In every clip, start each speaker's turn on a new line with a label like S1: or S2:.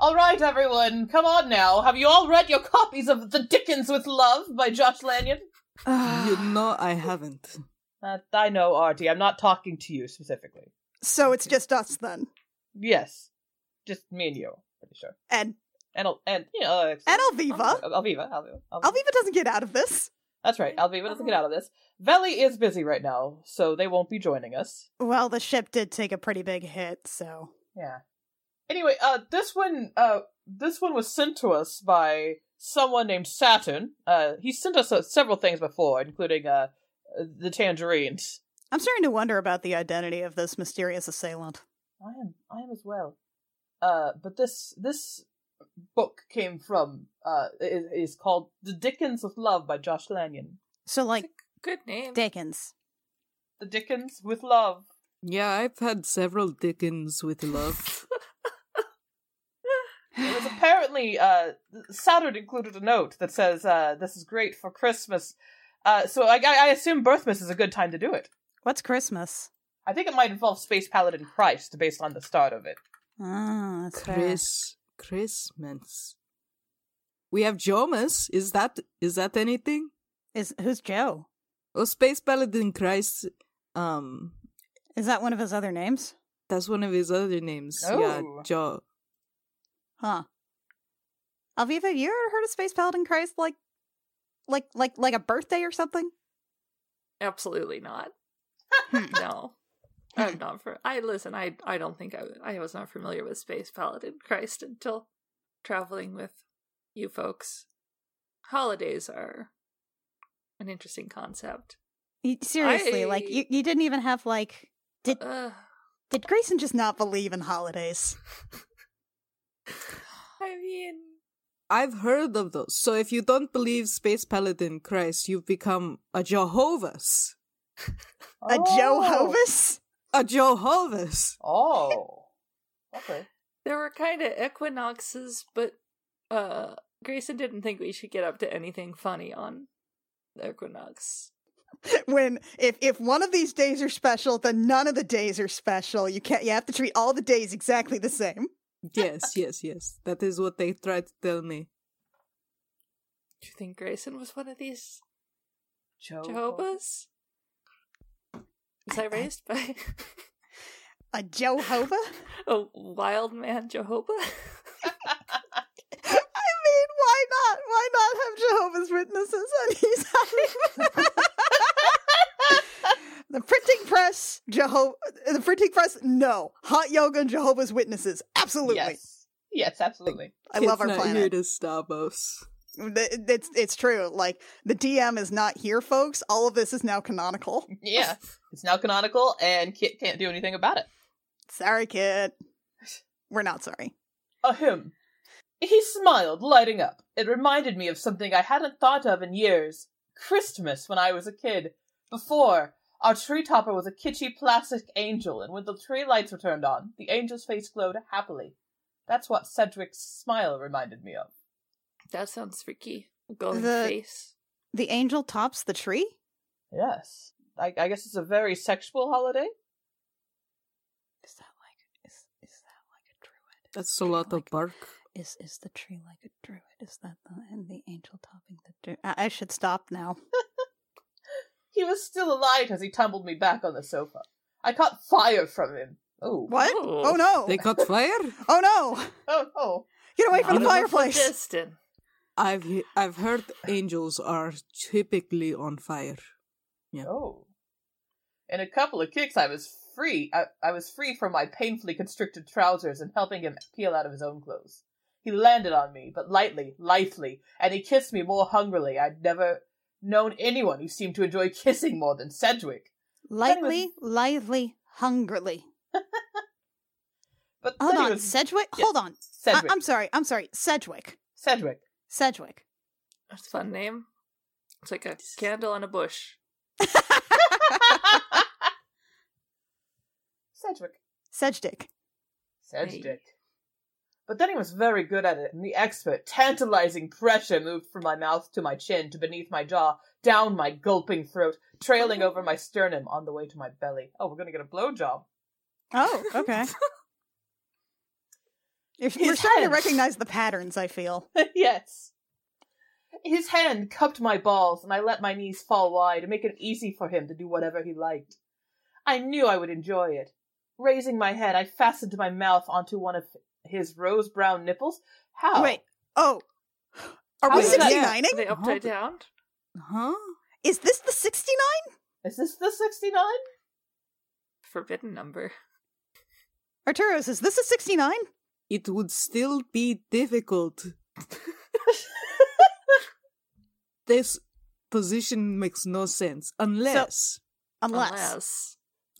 S1: All right, everyone, come on now. Have you all read your copies of The Dickens with Love by Josh Lanyon?
S2: you know I haven't.
S1: Uh, I know, Artie. I'm not talking to you specifically.
S3: So it's just us then.
S1: Yes, just me and you. Pretty sure.
S3: And
S1: And Al- and you know, uh,
S3: and Alviva.
S1: Alviva, Alviva, Alviva.
S3: Alviva doesn't get out of this.
S1: That's right. Alviva doesn't get out of this. Veli is busy right now, so they won't be joining us.
S3: Well, the ship did take a pretty big hit, so
S1: Yeah. Anyway, uh, this one, uh, this one was sent to us by someone named Saturn. Uh, he sent us uh, several things before, including uh, the tangerines.
S3: I'm starting to wonder about the identity of this mysterious assailant.
S1: I am. I am as well. Uh, but this this book came from uh is, is called The Dickens with Love by Josh Lanyon.
S3: So like
S4: Good name.
S3: Dickens.
S1: The Dickens with Love.
S2: Yeah, I've had several Dickens with love.
S1: It was apparently uh Saturn included a note that says uh this is great for Christmas. Uh, so I, I I assume Birthmas is a good time to do it.
S3: What's Christmas?
S1: I think it might involve Space Paladin Christ based on the start of it.
S3: Ah, that's fair.
S2: Chris Christmas. We have Jomas. Is that is that anything?
S3: Is who's Joe?
S2: Oh, Space Paladin Christ. Um,
S3: Is that one of his other names?
S2: that's one of his other names. Yeah,
S1: Oh.
S2: Jo.
S3: Huh. Alviva, have you ever heard of Space Paladin Christ like like like like a birthday or something?
S4: Absolutely not.
S3: Hmm.
S4: No. I'm not for I listen, I I don't think I w- I was not familiar with Space Paladin Christ until traveling with you folks. Holidays are an interesting concept.
S3: You, seriously, like you, you didn't even have like Did-
S4: Ugh.
S3: did Grayson just not believe in holidays?
S4: I mean
S2: I've heard of those. So if you don't believe Space Paladin Christ, you've become a Jehovah's.
S3: A Joe
S2: Oh.
S3: Hovis?
S2: A Jehovah's.
S1: Oh. Okay.
S4: There were kind of equinoxes, but uh Grayson didn't think we should get up to anything funny on the equinox.
S3: When if if one of these days are special, then none of the days are special. You can't you have to treat all the days exactly the same.
S2: Yes, yes, yes. That is what they tried to tell me.
S4: Do you think Grayson was one of these
S1: Joe.
S4: Jehovahs? Was I Oh. raised by
S3: A Jehovah?
S4: a wild man Jehovah?
S3: I mean, why not? Why not have Jehovah's Witnesses and he's The printing press, Jehovah, the printing press, no. Hot yoga and Jehovah's Witnesses, absolutely.
S1: Yes. Yes, absolutely.
S3: I love our
S2: It's not
S3: planet.
S2: here to stop us.
S3: Th- It's it's true. Like the DM is not here, folks. All of this is now canonical.
S1: Yeah. It's now canonical and Kit can't do anything about it.
S3: Sorry, kid. We're not sorry.
S1: Ahem. He smiled, lighting up. It reminded me of something I hadn't thought of in years. Christmas when I was a kid. Before, our tree topper was a kitschy plastic angel, and when the tree lights were turned on, the angel's face glowed happily. That's what Cedric's smile reminded me of.
S4: that sounds freaky. Go in
S3: The-
S4: the face.
S3: The angel tops the tree.
S1: Yes. I, I guess it's a very sexual holiday.
S3: Is that like is is that like a druid?
S2: That's a lot of bark.
S3: Is is the tree like a druid? Is that the and the angel topping the druid? I, I should stop now.
S1: He was still alight as he tumbled me back on the sofa. I caught fire from him. Oh.
S3: What? Oh,
S4: Oh.
S3: no!
S2: They caught fire?
S3: oh no!
S1: Oh, oh.
S3: Get away from the
S4: Not enough
S3: fireplace!
S4: Distant.
S2: I've he- I've heard angels are typically on fire.
S1: Oh. In a couple of kicks, I was free. I, I was free from my painfully constricted trousers and helping him peel out of his own clothes. He landed on me, but lightly, lithely, and he kissed me more hungrily. I'd never known anyone who seemed to enjoy kissing more than Sedgwick.
S3: Lightly, lively, hungrily.
S1: But
S3: Hold
S1: then he
S3: on,
S1: was
S3: Sedgwick.
S1: yeah,
S3: Hold on. I-
S1: Sedgwick.
S3: I'm sorry. I'm sorry. Sedgwick.
S1: Sedgwick.
S3: Sedgwick.
S4: That's a fun name. It's like a candle in a bush.
S1: Sedgwick.
S3: Sedgwick.
S1: Sedgwick.
S4: Hey.
S1: But then he was very good at it, and the expert, tantalizing pressure moved from my mouth to my chin to beneath my jaw, down my gulping throat, trailing over my sternum on the way to my Oh, belly. Oh, we're gonna get a blowjob.
S3: Oh, okay. We're
S1: His
S3: starting to
S1: head.
S3: recognize the patterns, I feel.
S1: yes. His hand cupped my balls, and I let my knees fall wide and make it easy for him to do whatever he liked. I knew I would enjoy it. Raising my head, I fastened my mouth onto one of his rose brown nipples. How?
S3: Wait, oh. Are
S1: How
S3: we
S1: is that-
S3: 69ing?
S4: Are they upside down?
S2: Huh?
S3: Is this the 69?
S1: Is this the 69?
S4: Forbidden number.
S3: Arturo says, this is 69?
S2: It would still be difficult. this position makes no sense unless
S3: Unless.
S4: Unless.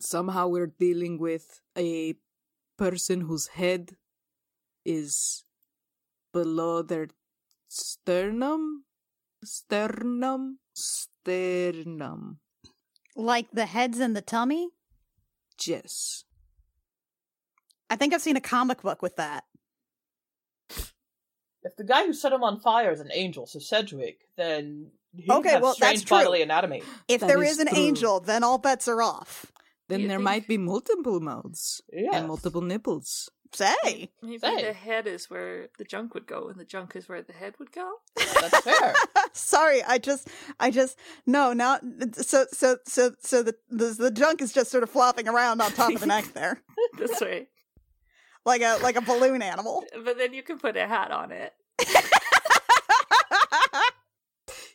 S2: somehow we're dealing with a person whose head is below their sternum sternum sternum
S3: Like the heads and the tummy?
S2: yes
S3: I think I've seen a comic book with that.
S1: If the guy who set him on fire is an angel, so Sedgwick, then he
S3: Okay,
S1: has
S3: well, that's
S1: strange
S3: true.
S1: bodily anatomy.
S3: If
S2: That
S3: there
S2: is
S3: is an
S2: true.
S3: angel, then all bets are off.
S2: then
S4: You
S2: there
S4: think-
S2: might be multiple mouths
S1: Yes.
S2: and multiple nipples
S3: Say.
S4: Maybe
S1: Say.
S4: the head is where the junk would go, and the junk is where the head would go.
S1: That's fair.
S3: Sorry, I just, I just, no, not so, so, so, so the, the the junk is just sort of flopping around on top of the neck there,
S4: This way.
S3: like a like a balloon animal.
S4: But then you can put a hat on it.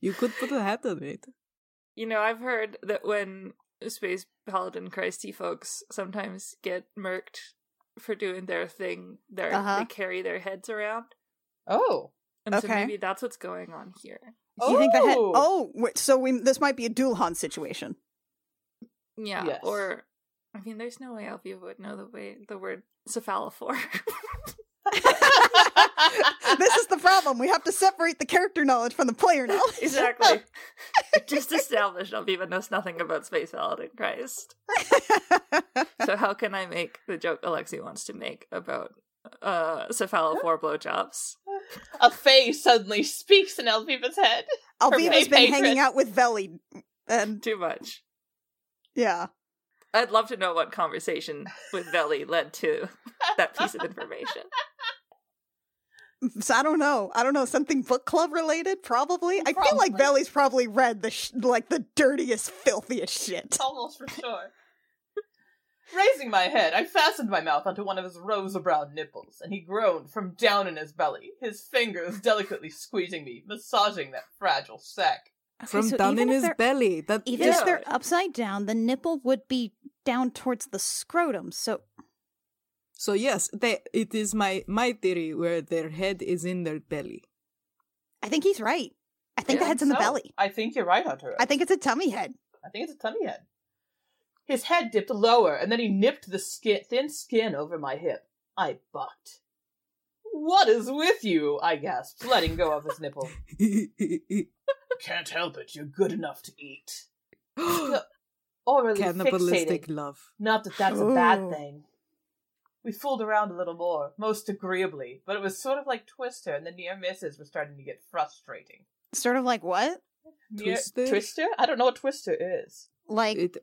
S2: you could put a hat on it
S4: You know, I've heard that when Space Paladin Christy folks sometimes get murked for doing their thing, they're,
S3: Uh-huh.
S4: they carry their heads around.
S1: Oh.
S4: And so
S3: Okay.
S4: maybe that's what's going on here.
S3: You think the head?
S1: Oh!
S3: Oh, wait, so we this might be a dual hunt situation.
S4: Yeah.
S1: Yes.
S4: Or, I mean, there's no way Alvia would know the way the word cephalophore.
S3: This is the problem. We have to separate the character knowledge from the player knowledge.
S4: exactly. Just established Alviva knows nothing about Space Paladin Christ. So how can I make the joke Alexi wants to make about uh cephalophore blowjobs?
S1: A fae suddenly speaks in Elviva's head.
S3: Alviva's been
S1: Perfect.
S3: hanging out with Veli, and
S4: Too much.
S3: yeah,
S4: I'd love to know what conversation with Veli led to that piece of information.
S3: so I don't know. I don't know something book club related, probably. I feel like
S1: Probably.
S3: Veli's probably read the sh- like the dirtiest, filthiest shit.
S1: Almost for sure. Raising my head, I fastened my mouth onto one of his rose brown nipples, and he groaned from down in his belly, his fingers delicately squeezing me, massaging that fragile sack.
S2: from down in his belly that
S3: Even
S4: Yeah.
S3: if they're upside down, the nipple would be down towards the scrotum. So
S2: so yes they, it is my my theory where their head is in their belly
S3: I think he's right. I think
S4: Yeah,
S3: the head's in the
S1: So,
S3: belly.
S1: I think you're right, Arturo.
S3: I think it's a tummy head.
S1: I think it's a tummy head. His head dipped lower, and then he nipped the skin, thin skin over my hip. I bucked. What is with you? I gasped, letting go of his nipple. Can't help it. You're good enough to eat. Orally
S2: cannibalistic
S1: fixated.
S2: love
S1: Not that that's a bad
S3: Ooh.
S1: thing. We fooled around a little more, most agreeably, but it was sort of like Twister, and the near misses were starting to get frustrating.
S3: Sort of like what?
S1: Near-
S2: Twister?
S1: Twister? I don't know what Twister is.
S3: Like
S2: it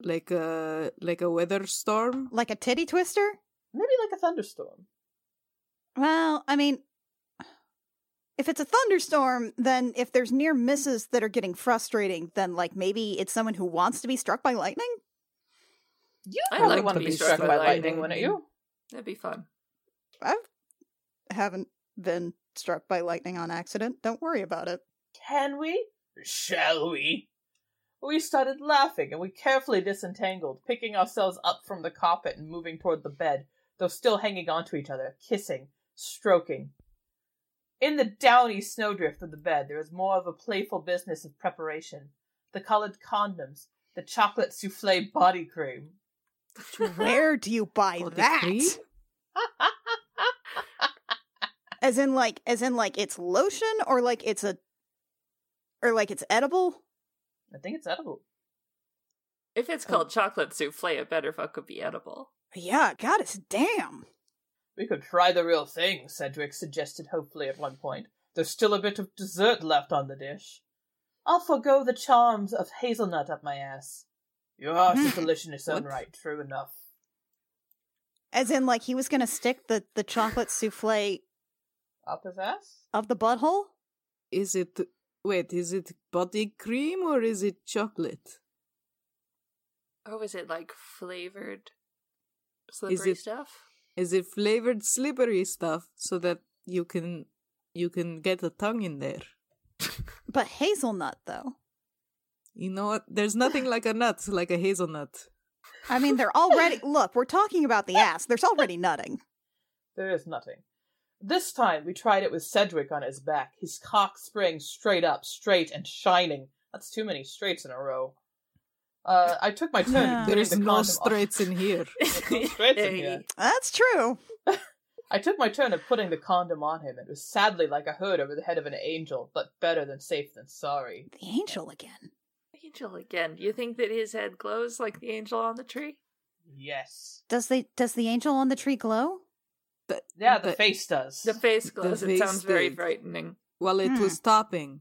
S2: like a like a weather storm
S3: like a titty twister?
S1: Maybe like a thunderstorm.
S3: Well, I mean, if it's a thunderstorm, then if there's near misses that are getting frustrating, then like maybe it's someone who wants to be struck by lightning.
S1: You
S4: I
S1: probably
S4: like
S1: want
S4: to
S1: to
S4: be
S1: be
S4: struck
S1: struck by
S4: by
S1: lightning,
S4: lightning.
S1: wouldn't you?
S4: That'd be fun.
S3: I haven't been struck by lightning on accident. Don't worry about it.
S1: Can we? Shall we? We started laughing, and we carefully disentangled, picking ourselves up from the carpet and moving toward the bed, though still hanging onto each other, kissing, stroking. In the downy snowdrift of the bed, there is more of a playful business of preparation. The colored condoms, the chocolate souffle body cream.
S3: Where do you buy
S2: Or the cream?
S3: that? As in like as in like it's lotion or like it's a or like it's edible?
S1: I think it's edible.
S4: If
S3: Um,
S4: it's called chocolate souffle, it better fuck would be edible.
S3: Yeah, god it's damn.
S1: We could try the real thing, Cedric suggested hopefully at one point. There's still a bit of dessert left on the dish. I'll forego the charms of
S2: Hmm.
S1: hazelnut up my ass. Your ass is delicious in its own
S2: What?
S1: right, true enough.
S3: As in, like he was gonna stick the the chocolate souffle
S1: Up his ass?
S3: of the butthole.
S2: Is it wait? Is it body cream or is it chocolate?
S4: Or was it like flavored slippery
S2: it-
S4: stuff?
S2: Is it flavored slippery stuff so that you can you can get a tongue in there?
S3: But hazelnut, though.
S2: You know what? There's nothing like a nut, like a hazelnut.
S3: I mean, they're already. Look, we're talking about the ass. There's already nutting.
S1: There is nothing. This time we tried it with Cedric on his back, his cock sprang straight up, straight and shining. That's too many straights in a row. Uh, I took my turn.
S3: Yeah.
S1: putting
S2: There is
S1: the
S2: no
S1: condom
S2: straights in here.
S1: On. straights in here.
S3: That's true.
S1: I took my turn of putting the condom on him. It was sadly like a hood over the head of an angel, but better than safe than sorry.
S3: The angel again.
S4: Angel again. You think that his head glows like the angel on the tree?
S1: Yes.
S3: Does the does the angel on the tree glow?
S2: But-
S1: Yeah, the
S2: but-
S1: face does.
S4: The
S1: The,
S4: face glows.
S2: face
S4: it sounds very
S2: did.
S4: frightening.
S2: Well, it was
S3: Hmm.
S2: topping.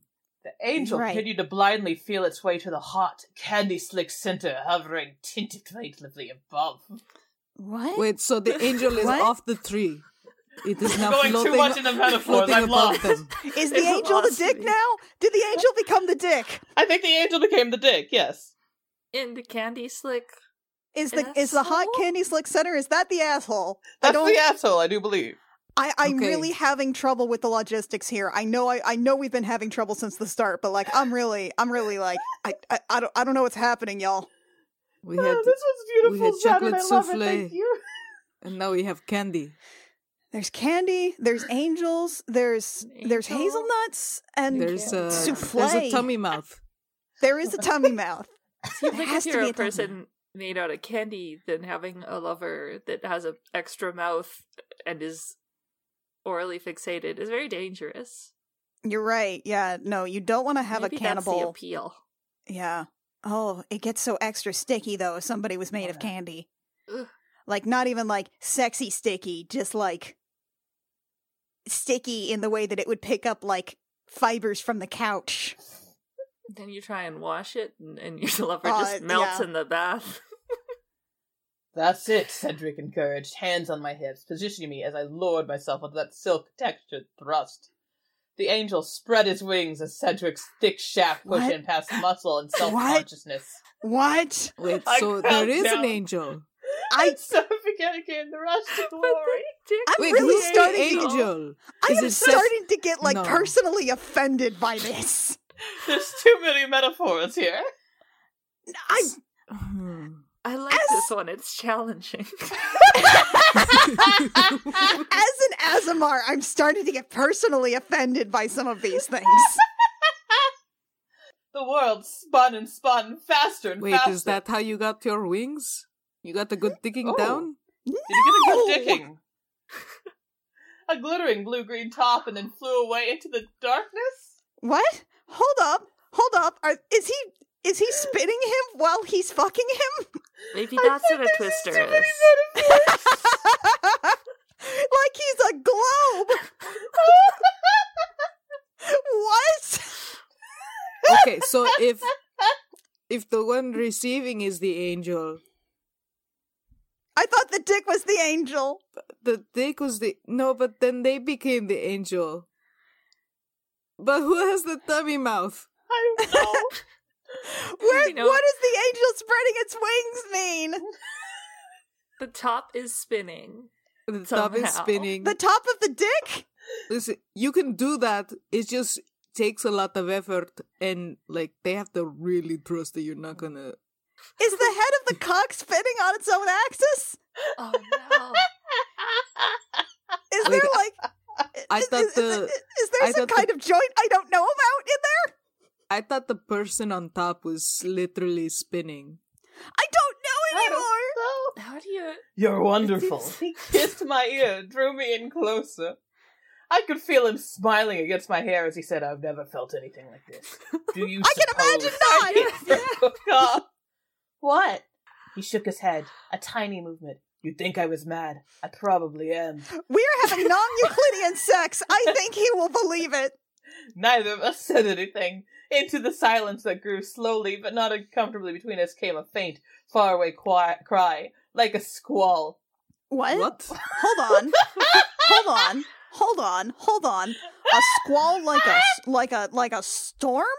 S1: angel
S3: Right.
S1: continued to blindly feel its way to the hot, candy slick center, hovering tentatively above.
S3: What?
S2: Wait, so the angel is
S3: What?
S2: off the tree. It is now
S1: Going too
S2: floating,
S1: much into metaphors,
S2: floating
S1: I've lost.
S2: above them.
S3: Is the
S4: It's
S3: angel the
S4: lost
S3: dick
S4: me.
S3: now? Did the angel become the dick?
S1: I think the angel became the dick, yes.
S4: In the candy slick.
S3: Is the is the hot
S4: Asshole?
S3: candy slick center? Is that the asshole? I
S1: That's
S3: don't.
S1: the asshole, I do believe.
S3: I, I'm
S2: Okay.
S3: really having trouble with the logistics here. I know. I, I know we've been having trouble since the start, but like, I'm really, I'm really like, I, I, I don't, I don't know what's happening, y'all.
S2: We
S1: Oh,
S2: had,
S1: this was beautiful,
S2: had
S1: Shannon,
S2: chocolate
S1: I love
S2: souffle.
S1: it. Thank you.
S2: and now we have candy.
S3: There's candy. There's angels. There's
S4: An
S3: there's
S4: angel.
S3: hazelnuts, and
S4: There-
S2: There's a,
S3: Souffle.
S2: there's a tummy mouth.
S3: there is a tummy mouth.
S4: Seems
S3: There
S4: like
S3: has
S4: if
S3: to
S4: you're
S3: be
S4: a
S3: a tongue.
S4: person made out of candy than having a lover that has an extra mouth and is orally fixated is very dangerous.
S3: You're right. Yeah. No, you don't want to have
S4: Maybe
S3: a cannibal.
S4: That's the appeal.
S3: Yeah. Oh, it gets so extra sticky though if somebody was made
S1: Oh,
S3: of
S1: no.
S3: candy.
S4: Ugh.
S3: Like not even like sexy sticky, just like sticky in the way that it would pick up like fibers from the couch.
S4: Then you try and wash it, and, and your lover
S3: Uh,
S4: just melts
S3: yeah.
S4: in the bath.
S1: That's it, Cedric encouraged, hands on my hips, positioning me as I lowered myself onto that silk textured thrust. The angel spread his wings as Cedric's thick shaft pushed
S3: What?
S1: in past muscle and self consciousness.
S3: What?
S2: Wait,
S1: I
S2: so
S1: fell
S2: there is an
S1: down.
S2: angel.
S3: I
S1: So began again the rush to
S4: But
S1: glory.
S4: the dick-
S3: I'm
S2: Wait,
S3: really
S2: who's the
S3: starting to-
S2: angel?
S3: I
S2: Is
S3: am
S2: it sex-
S3: starting to get like
S2: No.
S3: personally offended by this.
S1: There's too many metaphors here.
S3: I
S2: Hmm.
S4: I like this one. It's challenging.
S3: as an Azamar, I'm starting to get personally offended by some of these things.
S1: The world spun and spun faster and
S2: Wait,
S1: faster.
S2: is that how you got your wings? You got a good digging
S1: Oh.
S2: down?
S1: Did you get a
S3: No!
S1: good dicking? a glittering blue green top and then flew away into the darkness?
S3: What? Hold up. Hold up. Are, is he is he spinning him while he's fucking him?
S4: Maybe
S1: I
S4: that's
S1: think
S4: what a
S1: there's just
S4: twister
S1: too many
S4: is.
S1: metaphors.
S3: like he's a globe. what?
S2: Okay, so if if the one receiving is the angel,
S3: I thought the dick was the angel.
S2: the dick was the no, but then they became the angel. But who has the tummy mouth?
S1: I don't know.
S3: Where,
S4: You know-
S3: What does the angel spreading its wings mean?
S4: The top is spinning.
S2: The top is
S4: Somehow.
S2: spinning.
S3: The top of the dick?
S2: Listen, you can do that. It just takes a lot of effort, and like they have to really trust that you're not gonna.
S3: Is the head of the cock spinning on its own axis?
S4: Oh no!
S3: Is
S2: I-
S3: there like.
S2: I
S3: is-
S2: thought
S3: is, is-
S2: the-
S3: is there
S2: I
S3: some
S2: thought the-
S3: kind of joint I don't know about in there?
S2: I thought the person on top was literally spinning.
S3: I don't know
S1: I don't
S3: anymore.
S1: know.
S4: How do you?
S1: You're wonderful. He kissed my ear, drew me in closer. I could feel him smiling against my hair as he said, I've never felt anything like this. Do you
S3: I can
S1: suppose
S3: imagine not.
S1: God. What? He shook his head, a tiny movement. You think I was mad? I probably am.
S3: We're having non Euclidean sex. I think he will believe it.
S1: Neither of us said anything. Into the silence that grew slowly but not uncomfortably between us came a faint, faraway qui- cry, like a squall.
S3: What?
S2: What?
S3: Hold on. hold on. Hold on. Hold on. A squall like a s- like a like a storm?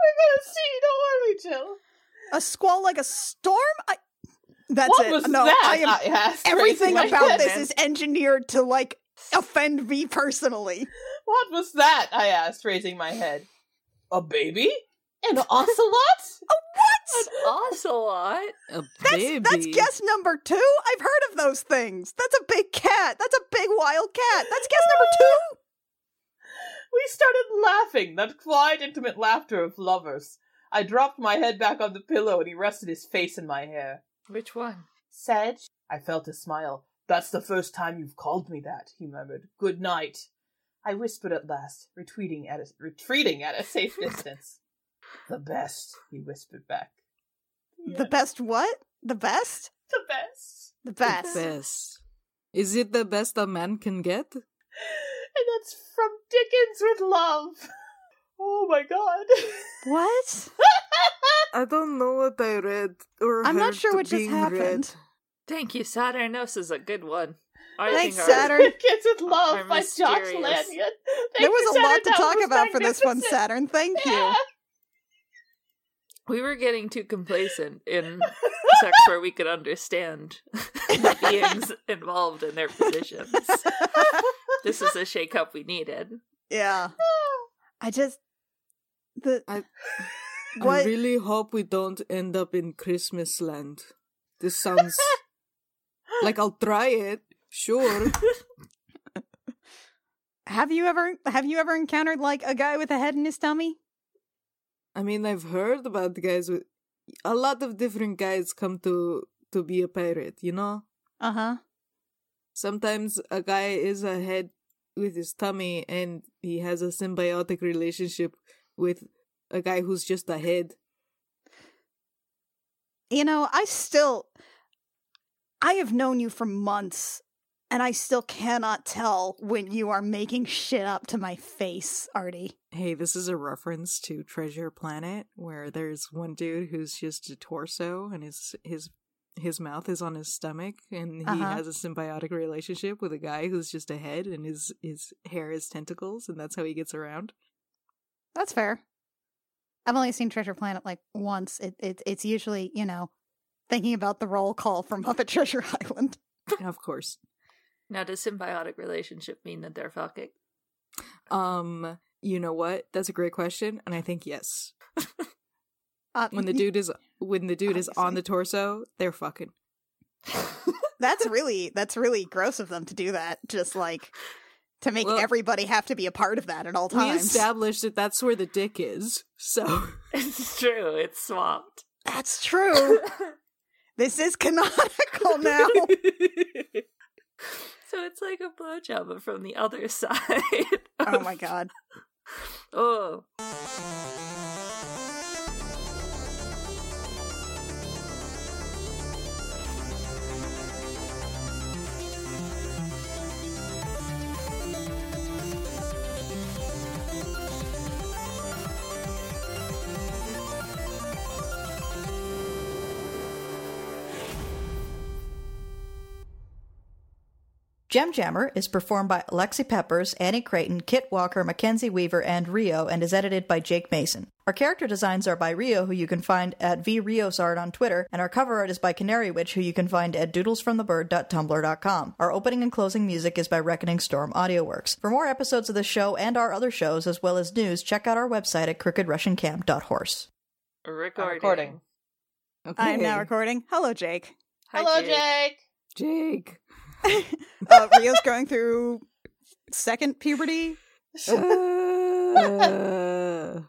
S1: I gotta see. Don't worry, Jill.
S3: A squall like a storm? I That's
S1: what
S3: it.
S1: was
S3: no,
S1: that? Uh,
S3: I am
S1: asked. raising
S3: everything
S1: my
S3: about
S1: hand.
S3: this is engineered to like offend me personally.
S1: What was that? I asked, raising my head. A baby? An ocelot?
S4: An ocelot?
S2: A
S3: That's
S2: baby.
S3: that's guess number two. I've heard of those things. That's a big cat. That's a big wild cat. That's guess number two.
S1: we started laughing, that quiet, intimate laughter of lovers. I dropped my head back on the pillow and he rested his face in my hair.
S4: Which one?
S1: Sedge? I felt a smile. That's the first time you've called me that, he murmured. Good night. I whispered at last, retreating at a, retreating at a safe distance. the best, he whispered back.
S3: The best what? The best?
S1: The best.
S3: The
S2: The
S3: best.
S2: best. Is it the best a man can get?
S1: And that's from Dickens with love. Oh my god.
S3: What?
S2: I don't know what I read or
S3: I'm not
S2: heard
S3: sure what just
S2: being read.
S3: happened.
S4: Thank you, Saturnos is a good one. I
S3: Thanks,
S4: think our-
S3: Saturn.
S1: Kids with Love
S4: Are
S1: by Josh
S4: mysterious.
S1: Lanyon.
S3: There was a lot to talk about for this one, Saturn. Thank you.
S4: We were getting too complacent in sex where we could understand the beings involved in their positions. This is a shakeup we needed.
S3: Yeah. I just the
S2: I- I
S3: what
S2: really hope we don't end up in Christmas land. This sounds like I'll try it, sure.
S3: have you ever have you ever encountered like a guy with a head in his tummy?
S2: I mean, I've heard about guys with a lot of different guys come to to be a pirate, you know?
S3: Uh huh.
S2: Sometimes a guy is a head with his tummy and he has a symbiotic relationship with a guy who's just a head.
S3: You know, I still I have known you for months and I still cannot tell when you are making shit up to my face, Artie.
S2: Hey, this is a reference to Treasure Planet, where there's one dude who's just a torso, and his his his mouth is on his stomach, and he
S3: Uh-huh.
S2: has a symbiotic relationship with a guy who's just a head, and his his hair is tentacles, and that's how he gets around.
S3: That's fair. I've only seen Treasure Planet like once. It, it it's usually, you know, thinking about the roll call from Up at Treasure Island.
S2: of course,
S4: Now, does symbiotic relationship mean that they're fucking?
S2: um, you know what? That's a great question, and I think yes.
S3: Uh,
S2: When the dude is when the dude is on
S3: Obviously.
S2: the torso, they're fucking.
S3: That's really that's really gross of them to do that. Just like to make
S2: Well-
S3: everybody have to be a part of that at all
S2: We
S3: times.
S2: established that that's where the dick is, so
S4: It's true. It's swamped.
S3: That's true. this is canonical now.
S4: So it's like a blowjob but from the other side.
S3: oh my god.
S4: Oh.
S5: Gem Jammer is performed by Alexi Peppers, Annie Creighton, Kit Walker, Mackenzie Weaver, and Rio, and is edited by Jake Mason. Our character designs are by Rio, who you can find at vriosart on Twitter, and our cover art is by Canary Witch, who you can find at doodlesfromthebird.tumblr.com. Our opening and closing music is by Reckoning Storm AudioWorks. For more episodes of this show and our other shows, as well as news, check out our website at crookedrussiancamp.horse.
S4: Recording.
S1: recording.
S3: I am now
S2: Okay.
S3: recording. Hello, Jake.
S4: Hi,
S1: Hello, Jake.
S2: Jake.
S3: Uh, Rio's going Oh, through second puberty.
S2: Uh,